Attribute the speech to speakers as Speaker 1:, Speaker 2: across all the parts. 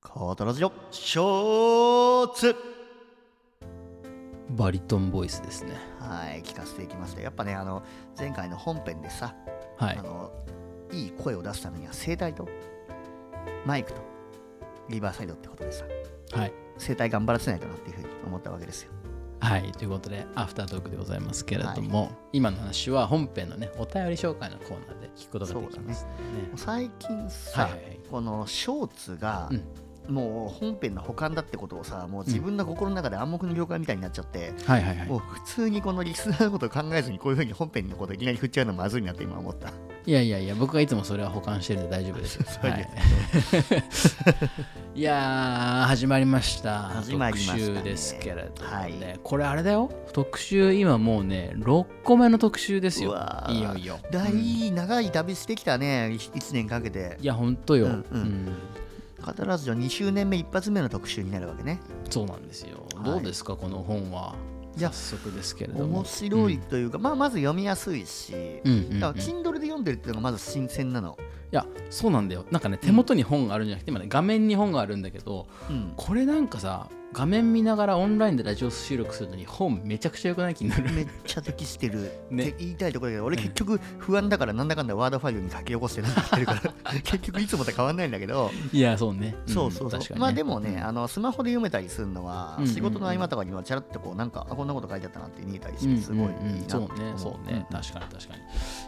Speaker 1: カータラジオショーツ
Speaker 2: バリトンボイスですね
Speaker 1: はい聞かせていきますねやっぱねあの前回の本編でさ、
Speaker 2: はい
Speaker 1: あのいい声を出すためには声帯とマイクとリバーサイドってことでさ
Speaker 2: はい
Speaker 1: 声帯頑張らせないとなっていうふうに思ったわけですよ
Speaker 2: はいということでアフタートークでございますけれども、今の話は本編のねお便り紹介のコーナーで聞くことができますね
Speaker 1: 最近さ、
Speaker 2: はいはいはい
Speaker 1: このショーツが、もう本編の補完だってことをさもう自分の心の中で暗黙の了解みたいになっちゃって、
Speaker 2: はいはいはい
Speaker 1: もう普通にこのリスナーのことを考えずにこういうふうに本編のことをいきなり振っちゃうのはまずいなって今思った
Speaker 2: いやいやいや僕がいつもそれは保管してるんで大丈夫ですよ
Speaker 1: そう
Speaker 2: は
Speaker 1: で
Speaker 2: いい やー始まりました
Speaker 1: 始まりましたね
Speaker 2: 特集ですけれどもね、
Speaker 1: は
Speaker 2: これあれだよ特集今もうね6個目の特集です
Speaker 1: う
Speaker 2: よ
Speaker 1: わー
Speaker 2: いよいよ
Speaker 1: だ
Speaker 2: うん
Speaker 1: いい長い旅してきたね1年かけて
Speaker 2: いやほんとよ、
Speaker 1: うんうん
Speaker 2: うん
Speaker 1: 語らず2周年目一発目の特集になるわけね
Speaker 2: そうなんですよ。
Speaker 1: はい
Speaker 2: どうですか、この本は。
Speaker 1: いや
Speaker 2: 早速ですけれども
Speaker 1: 面。白いというか、まあまず読みやすいし、
Speaker 2: うんうんうん
Speaker 1: だから Kindle で読んでるっていうのがまず新鮮なの、
Speaker 2: いや、そうなんだよ。なんかね、手元に本があるんじゃなくて、今ね、画面に本があるんだけど、
Speaker 1: うん、
Speaker 2: これなんかさ、画面見ながらオンラインでラジオ収録するのに本めちゃくちゃ良くない気になる。
Speaker 1: めっちゃ適してるっ
Speaker 2: ね
Speaker 1: て言いたいところだけど、俺結局不安だからなんだかんだワードファイルに書き起こしてなんかしてるから 結局いつもと変わんないんだけど、
Speaker 2: いや、そうね。ん
Speaker 1: そうそうそう、
Speaker 2: 確かにね
Speaker 1: まあでもねあのスマホで読めたりするのは、
Speaker 2: うんうんうん
Speaker 1: 仕事の合間とかにはちゃらっとこうなんかあこんなこと書いてあったなって見えたりし
Speaker 2: うんうんう
Speaker 1: て
Speaker 2: ん
Speaker 1: すごいいいなって
Speaker 2: そう
Speaker 1: 思
Speaker 2: ねそうね、確かに確かに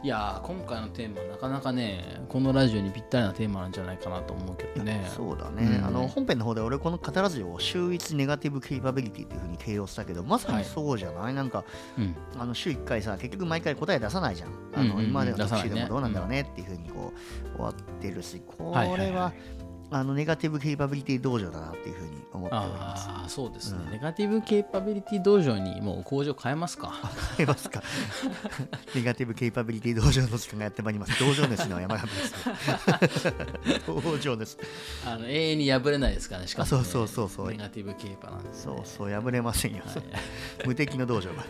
Speaker 2: いやー今回のテーマなかなかねこのラジオにぴったりなテーマなんじゃないかなと思うけどね
Speaker 1: そうだね、
Speaker 2: うん
Speaker 1: あの本編の方で俺このカタラジオを週一ネガティブケイパビリティっていうふうに形容したけどまさにそうじゃない、なんか
Speaker 2: うん
Speaker 1: あの週1回さ結局毎回答え出さないじゃんあ
Speaker 2: うんうん
Speaker 1: の
Speaker 2: うん
Speaker 1: 今までの
Speaker 2: 出さ
Speaker 1: 特
Speaker 2: ない
Speaker 1: 集
Speaker 2: ね
Speaker 1: でもどうなんだろうねっていうふうにこう終わってるしこれは,、
Speaker 2: はいはいはい
Speaker 1: あのネガティブケイパビリティ道場だなっていうふうに思っており ます。
Speaker 2: ああそうですね、
Speaker 1: うん
Speaker 2: ネガティブケイパビリティ道場にもう工場変えますか
Speaker 1: 変えますかネガティブケイパビリティ道場の時間がやってまいります。道場主の山上 です。道場です。
Speaker 2: あの永遠に破れないですからねしかも、ね、
Speaker 1: あそうそうそうそう
Speaker 2: ネガティブケイパなんです、ね、
Speaker 1: そうそう、破れませんよ。 無敵の道場が。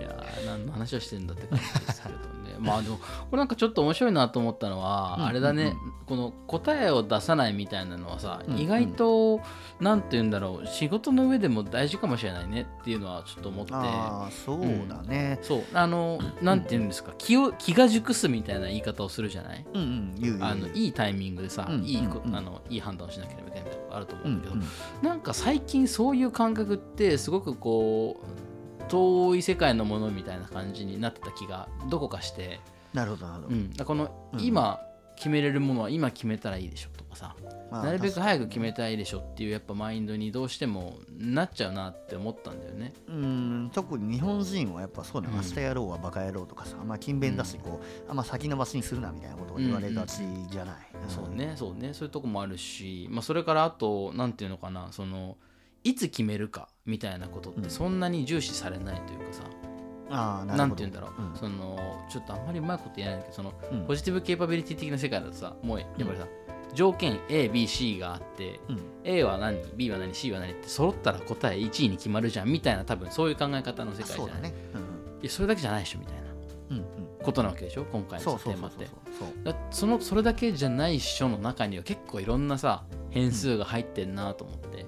Speaker 2: いやー何の話をしてんだって感じですけどね まあでもこれなんかちょっと面白いなと思ったのは、
Speaker 1: うん
Speaker 2: あれだねこの答えを出さないみたいなのはさ、
Speaker 1: うん
Speaker 2: 意外となんて言うんだろう仕事の上でも大事かもしれないねっていうのはちょっと思って
Speaker 1: ああ、そうだね。
Speaker 2: そうあのなんて言うんですか気を気が熟すみたいな言い方をするじゃない
Speaker 1: うんうん、言う言う
Speaker 2: あのいいタイミングでさ、
Speaker 1: うん
Speaker 2: いいこ
Speaker 1: うん
Speaker 2: あのいい判断をしなければいけないみたいなことあると思
Speaker 1: う
Speaker 2: うん
Speaker 1: ん
Speaker 2: だけ
Speaker 1: う
Speaker 2: ど、
Speaker 1: ん
Speaker 2: なんか最近そういう感覚ってすごくこう遠い世界のものみたいな感じになってた気がどこかして、
Speaker 1: なるほど、なるほ
Speaker 2: う
Speaker 1: ど
Speaker 2: ん、だからこ
Speaker 1: うん
Speaker 2: の今決めれるものは今決めたらいいでしょとかさ、
Speaker 1: まあ。
Speaker 2: なるべく早く決めたらいいでしょっていうやっぱマインドにどうしてもなっちゃうなって思ったんだよね。
Speaker 1: うん特に日本人はやっぱそうね、
Speaker 2: うん
Speaker 1: 明日やろうはバカ野郎とかさ、まあ、勤勉だし、こうあんま先延ばしにするなみたいなことを言われがちじゃない。ん
Speaker 2: そうねそうねそういうとこもあるし、まあ、それからあとなんていうのかなそのいつ決めるかみたいなことっ
Speaker 1: うん
Speaker 2: てそんなに重視されないというかさ、
Speaker 1: ああ、なるほど。
Speaker 2: なんて言うんだろう、
Speaker 1: うん
Speaker 2: そのちょっとあんまりうまいこと言えないんだけどその
Speaker 1: うん
Speaker 2: ポジティブケイパビリティ的な世界だとさもうやっぱりさ、条件 ABC があって
Speaker 1: うん
Speaker 2: A は何 B は何 C は何って揃ったら答え1位に決まるじゃんみたいな多分そういう考え方の世界じゃ
Speaker 1: そ
Speaker 2: ない
Speaker 1: うだね。うん
Speaker 2: いやそれだけじゃないでしょみたいな
Speaker 1: うんうんうん
Speaker 2: ことなわけでしょ今回の
Speaker 1: そう
Speaker 2: さテ
Speaker 1: そう
Speaker 2: ー
Speaker 1: そ
Speaker 2: マ
Speaker 1: うそ
Speaker 2: っ
Speaker 1: う
Speaker 2: て
Speaker 1: そう
Speaker 2: だそのそれだけじゃない書の中には結構いろんなさ変数が入ってんなと思って、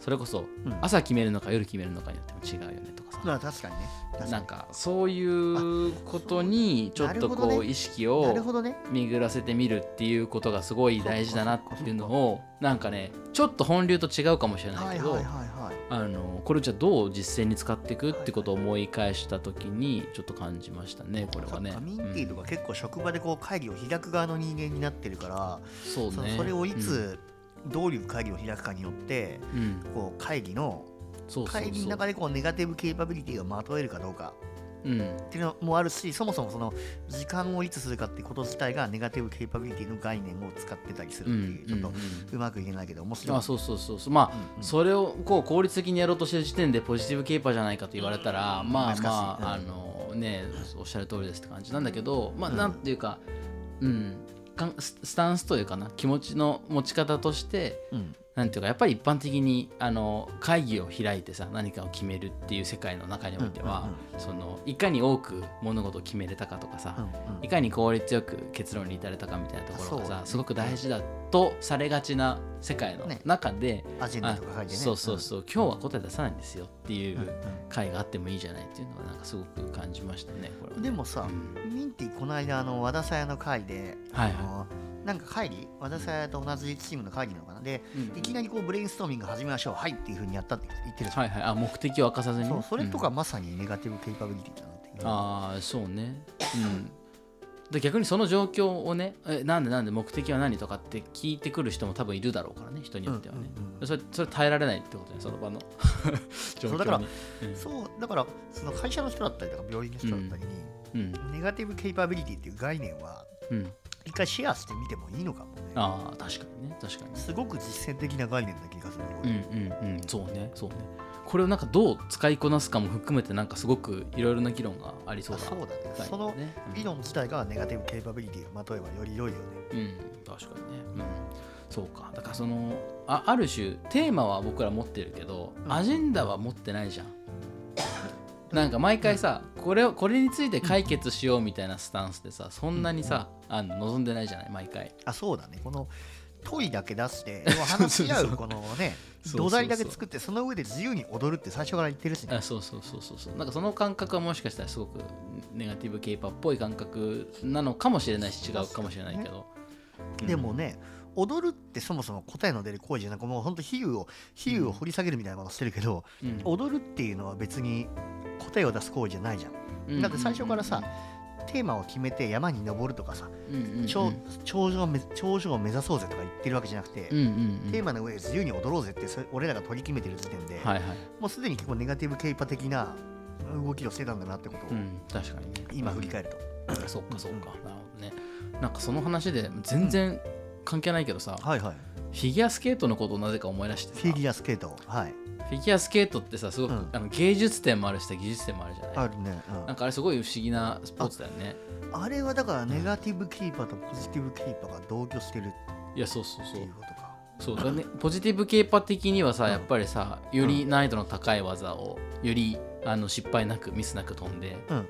Speaker 2: それこそ
Speaker 1: うん
Speaker 2: 朝決めるのか夜決めるのかによっても違うよねとかさ、
Speaker 1: まあ確かにね確
Speaker 2: な
Speaker 1: か
Speaker 2: んかそういうことにちょっと
Speaker 1: なるほ
Speaker 2: こ
Speaker 1: ど
Speaker 2: う
Speaker 1: ね
Speaker 2: 意識
Speaker 1: にな
Speaker 2: を
Speaker 1: るほどね
Speaker 2: 巡らせてみるっていうことがすごい大事だなっていうのをなんかねちょっと本流と違うかもしれな
Speaker 1: はいい
Speaker 2: け
Speaker 1: はいは
Speaker 2: ど
Speaker 1: いはい
Speaker 2: あのこれじゃどう実践に使っていくってことを思い返した時にちょっと感じましたねこれはね。
Speaker 1: そっかミンティーと
Speaker 2: うん
Speaker 1: か結構職場でこう会議を開く側の人間になってるから、
Speaker 2: そう
Speaker 1: その
Speaker 2: ね
Speaker 1: それをい
Speaker 2: うん
Speaker 1: つどういう会議を開くかによって
Speaker 2: うん
Speaker 1: こう会議の
Speaker 2: そうそうそう
Speaker 1: 会議の中でこうネガティブケイパビリティがまとえるかどうか
Speaker 2: うん
Speaker 1: っていうのもあるしそもそもその時間をいつするかってこと自体がネガティブケイパビリティの概念を使ってたりするっていう、
Speaker 2: うん
Speaker 1: ちょっ
Speaker 2: うんうん
Speaker 1: とうまく言えないけど面白い
Speaker 2: あそうそうそうそうまあ、
Speaker 1: うんうん
Speaker 2: それをこう効率的にやろうとしてる時点でポジティブケイパーじゃないかと言われたら、
Speaker 1: うん
Speaker 2: まあ
Speaker 1: 難しいうん
Speaker 2: まあ、あのねおっしゃる通りですって感じなんだけどまあ
Speaker 1: うん
Speaker 2: なんていうかうんかんススタンスというかな気持ちの持ち方として
Speaker 1: うん
Speaker 2: なんていうかやっぱり一般的にあの会議を開いてさ何かを決めるっていう世界の中においては、そのいかに多く物事を決めれたかとかさ、
Speaker 1: うんうん
Speaker 2: いかに効率よく結論に至れたかみたいなところが
Speaker 1: そう
Speaker 2: さ、
Speaker 1: だね
Speaker 2: すごく大事だとされがちな世界の
Speaker 1: ね
Speaker 2: 中で、
Speaker 1: アジェンダ
Speaker 2: あ
Speaker 1: とか書いてね
Speaker 2: そうそうそう、今日は答え出さないんですよってい
Speaker 1: うんうん
Speaker 2: う回があってもいいじゃないっていうのはなんかすごく感じましたねこれは
Speaker 1: うん
Speaker 2: ね
Speaker 1: でもさ、
Speaker 2: うん
Speaker 1: ミンティこの間あの和田さやの会で、
Speaker 2: はいはい
Speaker 1: あのなんか会議和田さやと同じチームの会議なのかなで
Speaker 2: うん
Speaker 1: いきなりこうブレインストーミング始めましょうはいっていうふうにやったって言ってるじゃん、
Speaker 2: はいはいあ目的を明かさずにね
Speaker 1: そうそれとか
Speaker 2: うん
Speaker 1: まさにネガティブケイパビリティだなっていう、
Speaker 2: ああそうねうんで逆にその状況をねえなんでなんで目的は何とかって聞いてくる人も多分いるだろうからね人によってはね、
Speaker 1: うんうんうん
Speaker 2: それそれ耐えられないってことねその場の 状況に
Speaker 1: うだから
Speaker 2: うん
Speaker 1: そうだからその会社の人だったりとか病院の人だったりに、
Speaker 2: うん
Speaker 1: ネガティブケイパビリティっていう概念は
Speaker 2: うん
Speaker 1: 一回シェアしてみてもいいのかもね
Speaker 2: ああ確かにね確かに
Speaker 1: すごく実践的な概念な気がする、
Speaker 2: うんうんうんそうねそうねこれをなんかどう使いこなすかも含めてなんかすごくいろいろな議論がありそう
Speaker 1: あ
Speaker 2: だ
Speaker 1: そうだね
Speaker 2: 概
Speaker 1: その
Speaker 2: 念ね
Speaker 1: 理論自体がネガティブケイパビリティをまとえばより良いよね
Speaker 2: うん、うん確かにね、うん、そうかだからそのあある種テーマは僕ら持ってるけど、
Speaker 1: うん
Speaker 2: アジェンダは持ってないじゃんなんか毎回さ、これをこれについて解決しようみたいなスタンスでさそんなにさ、あの望んでないじゃない毎回
Speaker 1: あそうだねこの問いだけ出 して要は話し合
Speaker 2: そうそう
Speaker 1: うこのね
Speaker 2: そうそうそ
Speaker 1: 土
Speaker 2: う
Speaker 1: 台だけ作ってその上で自由に踊るって最初から言ってるしね
Speaker 2: あそうそうそうそうそうなんかその感覚はもしかしたらすごくネガティブケイパーっぽい感覚なのかもしれないし違うかもしれないけど、うん
Speaker 1: でもね踊るってそもそも答えの出る行為じゃなくもう本当比喩を比喩を掘り下げるみたいなことしてるけど、
Speaker 2: うん
Speaker 1: 踊るっていうのは別に答えを出す行為じゃないじゃん
Speaker 2: うん
Speaker 1: だって最初からさテーマを決めて山に登るとかさ
Speaker 2: うんうんうん
Speaker 1: 頂頂上をめ頂上を目指そうぜとか言ってるわけじゃなくて、
Speaker 2: うんうんうん
Speaker 1: テーマの上で自由に踊ろうぜってそれ俺らが取り決めてる時点で、
Speaker 2: はいはい、
Speaker 1: もうすでに結構ネガティブケイパ的な動きをしてたんだなってことを
Speaker 2: うん、確かにね
Speaker 1: 今振り返ると、
Speaker 2: うんそうかそうか、なるほどねなんかその話で全然関係ないけどさ、フ
Speaker 1: はいはい
Speaker 2: ィギュアスケートのことをなぜか思い出してさ
Speaker 1: フィギュアスケートはい
Speaker 2: フィギュアスケートってさすごく、
Speaker 1: うん
Speaker 2: あの芸術点もあるしさ技術点もあるじゃない、
Speaker 1: あるね、うん
Speaker 2: なんかあれすごい不思議なスポーツだよね
Speaker 1: あれはだからネガティブキーパーとポジティブキーパーが同居してる
Speaker 2: いやそうそう
Speaker 1: っ
Speaker 2: そ
Speaker 1: て
Speaker 2: う
Speaker 1: いうことか。
Speaker 2: そうだね、ポジティブ系パ的にはさ、やっぱりさより難易度の高い技をよりあの失敗なくミスなく飛んでっ
Speaker 1: うんうんうん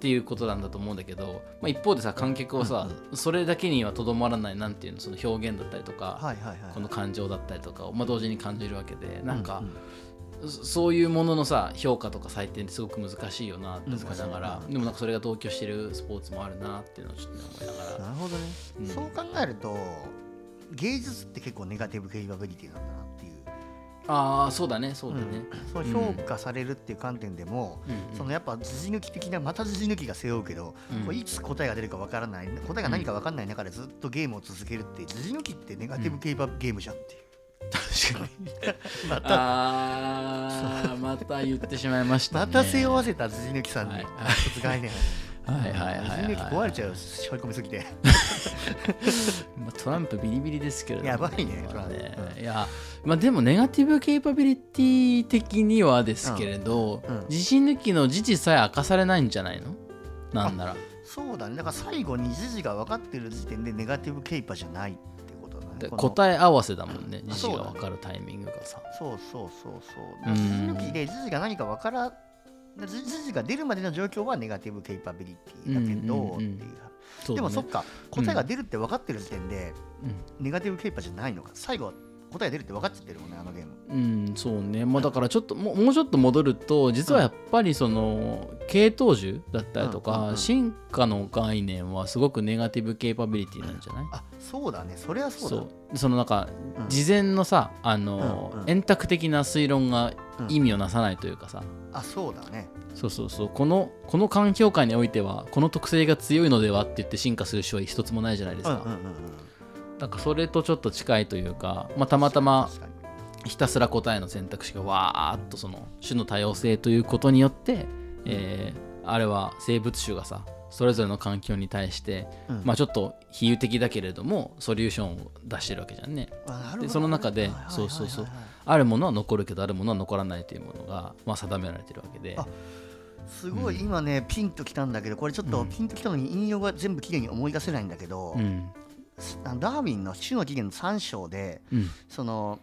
Speaker 2: ていうことなんだと思うんだけど、まあ、一方でさ観客をさ、それだけにはとどまらないなんていうのその表現だったりと
Speaker 1: うん。
Speaker 2: か、
Speaker 1: はいはいはい。
Speaker 2: この感情だったりとかを、まあ、同時に感じるわけでなんか、
Speaker 1: うう
Speaker 2: そそういうもののさ評価とか採点ってすごく難しいよなって思いながら
Speaker 1: 難しい
Speaker 2: でもなんかそれが同居してるスポーツもあるなっていうのをちょっとね思いながら
Speaker 1: なるほどね、
Speaker 2: うん
Speaker 1: そう考えると芸術って結構ネガティブケイパビリティなんだなっていう。
Speaker 2: ああそうだねそうだね、
Speaker 1: その評価されるっていう観点でも、
Speaker 2: うんうん
Speaker 1: そのやっぱ時事抜き的なまた時事抜きが背負うけど、
Speaker 2: うん
Speaker 1: これいつ答えが出るかわからない答えが何かわからない中でずっとゲームを続けるって時事抜きってネガティブケイパゲームじゃんっていう。
Speaker 2: 確かに
Speaker 1: また
Speaker 2: あーまた言ってしまいました、ね。
Speaker 1: また背負わせた時事抜きさんに
Speaker 2: はい
Speaker 1: 一つ概念を。
Speaker 2: はいはいはいはい、
Speaker 1: 時事抜き壊れちゃうよしょい込みすぎて。
Speaker 2: まあトランプビリビリですけれども、
Speaker 1: やばいね
Speaker 2: 今はね
Speaker 1: トランプうん
Speaker 2: いや、まあ、でもネガティブケイパビリティ的にはですけれど、
Speaker 1: うんうん
Speaker 2: 地震抜きの時事さえ明かされないんじゃないのなんなら。
Speaker 1: そうだねだから最後に時事が分かってる時点でネガティブケイパじゃないってことだね
Speaker 2: で
Speaker 1: この
Speaker 2: 答え合わせだもんね、
Speaker 1: あ
Speaker 2: 時事
Speaker 1: そうだ
Speaker 2: が
Speaker 1: ね
Speaker 2: 分かるタイミングがさ。
Speaker 1: そうそうそう
Speaker 2: う
Speaker 1: そ
Speaker 2: ん
Speaker 1: う時事抜きで時事が何か分から時事が出るまでの状況はネガティブケイパビリティだけど、
Speaker 2: うんうんうんう
Speaker 1: っ
Speaker 2: ん
Speaker 1: ていう
Speaker 2: そ
Speaker 1: で
Speaker 2: うだ
Speaker 1: も
Speaker 2: ね
Speaker 1: そっか答えが出るって分かってる時点で、ネガティブケイパじゃないのか最後は答え出るって分かっちゃってるもんねあのゲーム
Speaker 2: うん、うん、そうね、まあ、だからちょっともうもうちょっと戻ると実はやっぱりその系統樹だったりとか、
Speaker 1: うんうんうん
Speaker 2: 進化の概念はすごくネガティブケイパビリティなんじゃない、
Speaker 1: あそうだねそれはそうだ
Speaker 2: そうでそのなんか
Speaker 1: うん
Speaker 2: 事前のさ、あの、
Speaker 1: うんうん
Speaker 2: 円卓的な推論が
Speaker 1: うん
Speaker 2: 意味をなさないというかさ、
Speaker 1: あそうだね
Speaker 2: そうそうそうこのこの環境下においてはこの特性が強いのではって言って進化する種は一つもないじゃないですか、
Speaker 1: うんうん
Speaker 2: なんかそれとちょっと近いというか、まあ、たまたま
Speaker 1: 確かに
Speaker 2: ひたすら答えの選択肢がわーっとその種の多様性ということによって、えーあれは生物種がさそれぞれの環境に対して、
Speaker 1: うん
Speaker 2: まあちょっと比喩的だけれどもソリューションを出してるわけじゃんね。
Speaker 1: あなるほど
Speaker 2: でその中で
Speaker 1: はいはいはいはい
Speaker 2: そうそうそうあるものは残るけどあるものは残らないというものが、まあ、定められてるわけで。
Speaker 1: あすごい、
Speaker 2: う
Speaker 1: 今ねピンときたんだけどこれちょっ
Speaker 2: う
Speaker 1: と
Speaker 2: ん
Speaker 1: ピンときたのに引用が全部きれいに思い出せないんだけど、
Speaker 2: うん
Speaker 1: あのダーウィンの「種の起源」の3章で
Speaker 2: うん
Speaker 1: その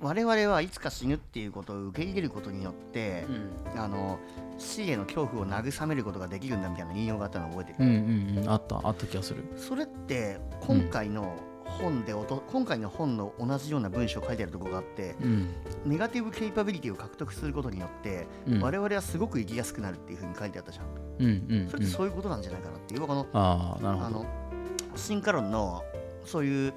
Speaker 1: 我々はいつか死ぬっていうことを受け入れることによって
Speaker 2: う、ん
Speaker 1: あの死への恐怖を慰めることができるんだみたいな引用があったのを覚えてる、
Speaker 2: うんうんうんあったあった気がする
Speaker 1: それって今回の本でおと、今回の本の同じような文章を書いてあるところがあって
Speaker 2: うん、
Speaker 1: ネガティブケイパビリティを獲得することによって、
Speaker 2: うん、
Speaker 1: 我々はすごく生きやすくなるっていうふうに書いてあったじゃん
Speaker 2: うんうんうん
Speaker 1: それってそういうことなんじゃないかなっていう、僕はこの
Speaker 2: ああなる
Speaker 1: あ
Speaker 2: ほど
Speaker 1: の進化論のそういう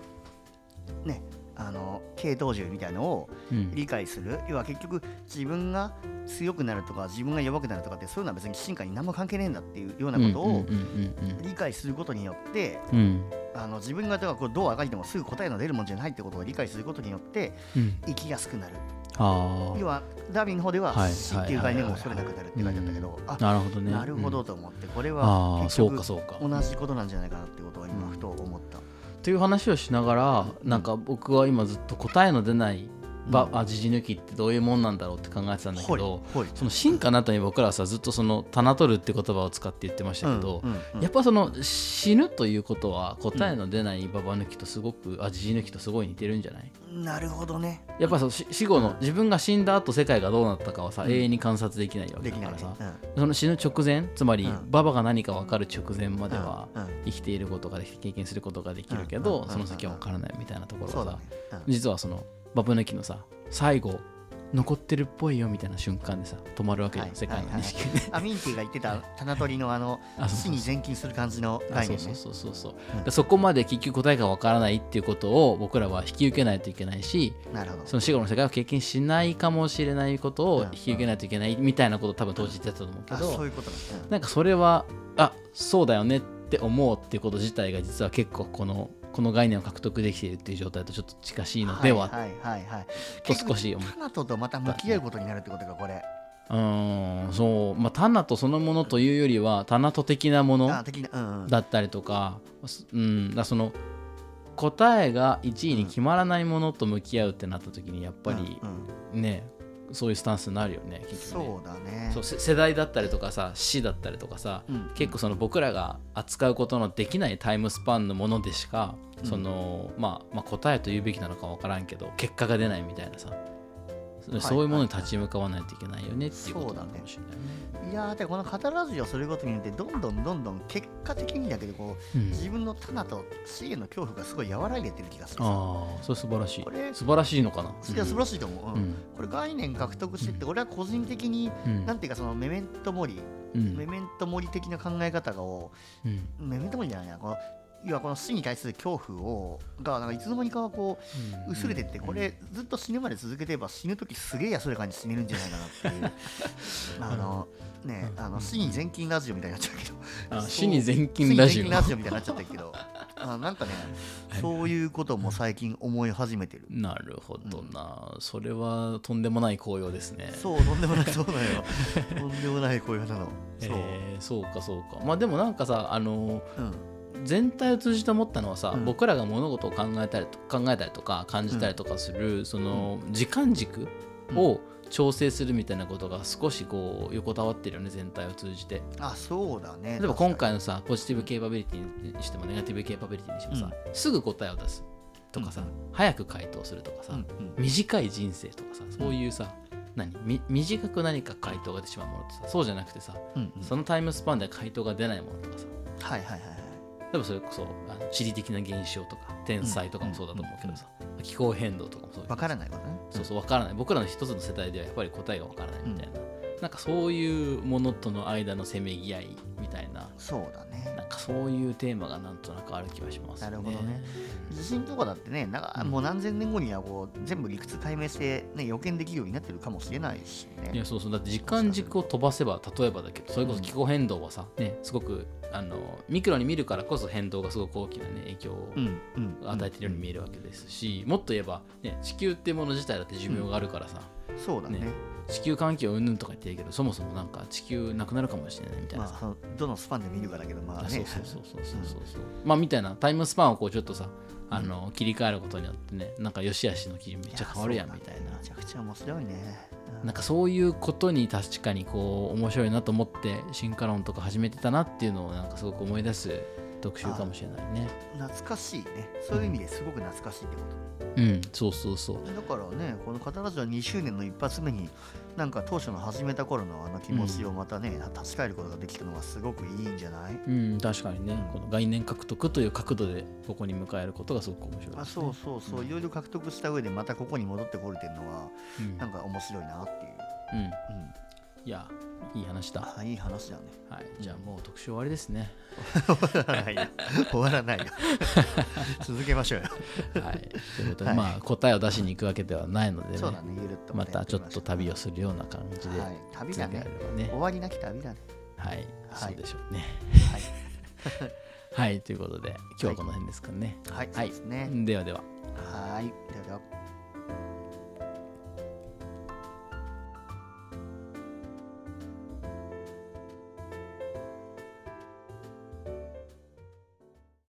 Speaker 1: ねあの系統獣みたいのを
Speaker 2: うん
Speaker 1: 理解する要は結局自分が強くなるとか自分が弱くなるとかってそういうのは別に進化に何も関係ねえんだっていうようなこと
Speaker 2: う
Speaker 1: を
Speaker 2: んうんうん
Speaker 1: 理解することによって
Speaker 2: うんうん
Speaker 1: あの自分がだからこうどうあがいてもすぐ答えの出るもんじゃないってことを理解することによって
Speaker 2: うん
Speaker 1: 生きやすくなる
Speaker 2: あ
Speaker 1: 要はダーウィンの方では
Speaker 2: はい
Speaker 1: 死っていう概念を
Speaker 2: はい
Speaker 1: 恐れなくなるって書いてあったけどあ
Speaker 2: あなるほどね
Speaker 1: なるほ
Speaker 2: う
Speaker 1: ど
Speaker 2: ん
Speaker 1: と思ってこれ
Speaker 2: あ
Speaker 1: は
Speaker 2: あ
Speaker 1: 結
Speaker 2: そうか
Speaker 1: 局
Speaker 2: そうか
Speaker 1: 同じことなんじゃないかなってことを今ふと思った。
Speaker 2: という話をしながらなんか僕は今ずっと答えの出ないばあ時事抜きってどういうもんなんだろうって考えてたんだけど
Speaker 1: ほいほい
Speaker 2: その進化の後に僕らはさずっとその「棚取る」って言葉を使って言ってましたけど、
Speaker 1: うんうんうん
Speaker 2: やっぱその死ぬということは答えの出ないババ抜きとすごくあじじ抜きとすごい似てるんじゃない
Speaker 1: なるほどね。
Speaker 2: やっぱそのし死後の自分が死んだ後世界がどうなったかはさ、永遠に観察できないわ
Speaker 1: で
Speaker 2: けだ
Speaker 1: き
Speaker 2: か
Speaker 1: ない
Speaker 2: ら
Speaker 1: ねう
Speaker 2: さ、。
Speaker 1: ん
Speaker 2: その死ぬ直前つまり、
Speaker 1: うん
Speaker 2: ババが何か分かる直前までは
Speaker 1: うんうん
Speaker 2: 生きていることができて経験することができるけど、
Speaker 1: うん
Speaker 2: その先は分からないみたいなところ
Speaker 1: そ
Speaker 2: が
Speaker 1: うだ
Speaker 2: さ
Speaker 1: ね。うん
Speaker 2: 実はそのバブ抜きのさ最後残ってるっぽいよみたいな瞬間でさ止まるわけじゃん、
Speaker 1: はい
Speaker 2: 世界の認識がね、
Speaker 1: アミンティが言って た棚取りのあの
Speaker 2: あそう
Speaker 1: 死
Speaker 2: そう
Speaker 1: に前勤する感じの
Speaker 2: あ
Speaker 1: 概
Speaker 2: そ
Speaker 1: 念
Speaker 2: うそ
Speaker 1: ね
Speaker 2: う。そうそうそう、
Speaker 1: うん
Speaker 2: でそこまで結局答えがわからないっていうことを僕らは引き受けないといけないし
Speaker 1: なるほど。
Speaker 2: その死後の世界を経験しないかもしれないこと
Speaker 1: うん
Speaker 2: を引き受けないといけないみたいなことを多分当時言ってたと思うけ
Speaker 1: あそう
Speaker 2: ど
Speaker 1: いうことね。うん
Speaker 2: なんかそれはあそうだよねって思うっていうこと自体が実は結構このこの概念を獲得できているっていう状態とちょっと近しいので
Speaker 1: は
Speaker 2: は
Speaker 1: いはいはいはい。
Speaker 2: と少し思
Speaker 1: 結
Speaker 2: う
Speaker 1: 局タナトとまた向き合うことになるってことかこれ。
Speaker 2: うーんそうまあタナトそのものというよりはタナト的なもの
Speaker 1: あ的なうんうん。
Speaker 2: だったりとか,、うん、だからその答えが1位に決まらないものと向き合うってなった時にやっぱり
Speaker 1: うんうん
Speaker 2: ね、そういうスタンスになるよね結局ね
Speaker 1: そうだね。
Speaker 2: そうせ世代だったりとかさ死だったりとかさ、
Speaker 1: うん
Speaker 2: 結構その僕らが扱うことのできないタイムスパンのものでしか、
Speaker 1: うん
Speaker 2: そのまあ、まあ答えと言うべきなのか分からんけど結果が出ないみたいなさ、
Speaker 1: い
Speaker 2: そういうものに立ち向かわないといけないよねっていうことなのかもしれないね。
Speaker 1: いやーでこの語らずをすることによってどんどんどんどん結果的にだけどこう
Speaker 2: うん
Speaker 1: 自分のタナと死への恐怖がすごい和らいでってる気がするさ。
Speaker 2: ああそれ素晴らしい
Speaker 1: これ
Speaker 2: 素晴らしいのかな。
Speaker 1: いや素晴らしいと思う、うん
Speaker 2: うん
Speaker 1: これ概念獲得してって俺は個人的に、
Speaker 2: うん
Speaker 1: なんていうかそのメメントモリ、
Speaker 2: うん
Speaker 1: メメントモリ的な考え方を
Speaker 2: うん
Speaker 1: メメントモリじゃないなこの要はこの死に対する恐怖をがなんかいつの間にかはこう薄れてってこれずっと死ぬまで続けてれば死ぬ時すげえ安らかに死ねるんじゃないかなっていうあのねあの死に前勤ラジオみたいになっちゃうけど
Speaker 2: あ
Speaker 1: そう
Speaker 2: 死に前勤ラジ
Speaker 1: 死
Speaker 2: オ
Speaker 1: に前勤ラジオみたいになっちゃったけどあなんかねそういうことも最近思い始めてる
Speaker 2: なるほどな、それはとんでもない紅葉ですね
Speaker 1: そう、とんでもない、そうだ よ。とんでもない声なの。そう。
Speaker 2: えーそうかそうかまあでもなんかさあの
Speaker 1: うん。
Speaker 2: 全体を通じて思ったのはさ、
Speaker 1: うん
Speaker 2: 僕らが物事を考えたりと考えたりとか感じたりとかする、その時間軸を調整するみたいなことが少しこう横たわってるよね全体を通じて
Speaker 1: あ、そうだね。
Speaker 2: 例えば今回のさポジティブケイパビリティにしてもネガティブケイパビリティにしてもさ、すぐ答えを出すとかさ、
Speaker 1: うん
Speaker 2: 早く回答するとかさ、
Speaker 1: 確かに。うんうん
Speaker 2: 短い人生とかさそういうさ、何み短く何か回答が出てしまうものってさそうじゃなくてさ、
Speaker 1: うんうん
Speaker 2: そのタイムスパンで回答が出ないものとかさ
Speaker 1: はいはいはいはい。
Speaker 2: 例えばそれこそあの地理的な現象とか天才とかもそうだと思うけどさ、気候変動とかもそういう
Speaker 1: わからないことね。
Speaker 2: そうそう分からない僕らの一つの世代ではやっぱり答えが分からないみたいな、なんかそういうものとの間のせめぎ合いみたいな
Speaker 1: そうだね。
Speaker 2: なんかそういうテーマがなんとなくある気がしますね。
Speaker 1: なるほどね地震とかだってね、なんかもう何千年後にはこう全部理屈解明して、ね、予見できるようになってるかもしれないし
Speaker 2: い
Speaker 1: ね
Speaker 2: や。そうそうだって時間軸を飛ばせば例えばだけどそれこそ気候変動はさ、ね、すごくあのミクロに見るからこそ変動がすごく大きな、ね、影響を
Speaker 1: うんうん。
Speaker 2: 与えてるように見えるわけですし、もっと言えば、ね、地球ってもの自体だって寿命があるからさ、
Speaker 1: そうだね。
Speaker 2: ね地球環境うんぬんとか言ってるけどそもそもなんか地球なくなるかもしれないみたい
Speaker 1: ま
Speaker 2: な
Speaker 1: あ
Speaker 2: さ、
Speaker 1: その、どのスパンで見るかだけど、まあ
Speaker 2: あ
Speaker 1: ね。
Speaker 2: そうそうそうそうそうそうそうまあみたいなタイムスパンをこうちょっとさあの切り替えることによってねなんか良し悪しの基準めっちゃ変わるやんみたい
Speaker 1: やそうだね
Speaker 2: な
Speaker 1: めちゃくちゃ面白いね。うん
Speaker 2: なんかそういうことに確かにこう面白いなと思って進化論とか始めてたなっていうのをなんかすごく思い出す特集かもしれないね
Speaker 1: 懐かしいねそういう意味ですごく懐かしいってこ
Speaker 2: うんそうそうそう
Speaker 1: とだからねこの「刀ラジオ」2周年の一発目になんか当初の始めた頃のあの気持ちをまたね、確かえることができたのはすごくいいんじゃない
Speaker 2: うん確かにねこの概念獲得という角度でここに迎えることがすごく面白いですね
Speaker 1: あそうそうそういろいろ獲得した上でまたここに戻ってこれてるのは
Speaker 2: うん
Speaker 1: なんか面白いなっていう、
Speaker 2: うん
Speaker 1: うん、
Speaker 2: いやいい話だ
Speaker 1: あいい話だ ね
Speaker 2: はいじゃあもう特集終わりで すね
Speaker 1: 終わらないよ終わらないよ 続けましょうよ
Speaker 2: はいということで、
Speaker 1: はい
Speaker 2: まあ答えを出しに行くわけではないので、ね、
Speaker 1: そうだねゆるっと
Speaker 2: またちょっと旅
Speaker 1: を
Speaker 2: をするような感じで、
Speaker 1: はい旅だね
Speaker 2: 繋がればね
Speaker 1: 終わりなき旅だね
Speaker 2: はい、
Speaker 1: はい
Speaker 2: そうでしょうね。 はい、ということで、今日はこの辺ですかね。
Speaker 1: はい、
Speaker 2: はい
Speaker 1: そうですね
Speaker 2: ではでは。
Speaker 1: はいではでは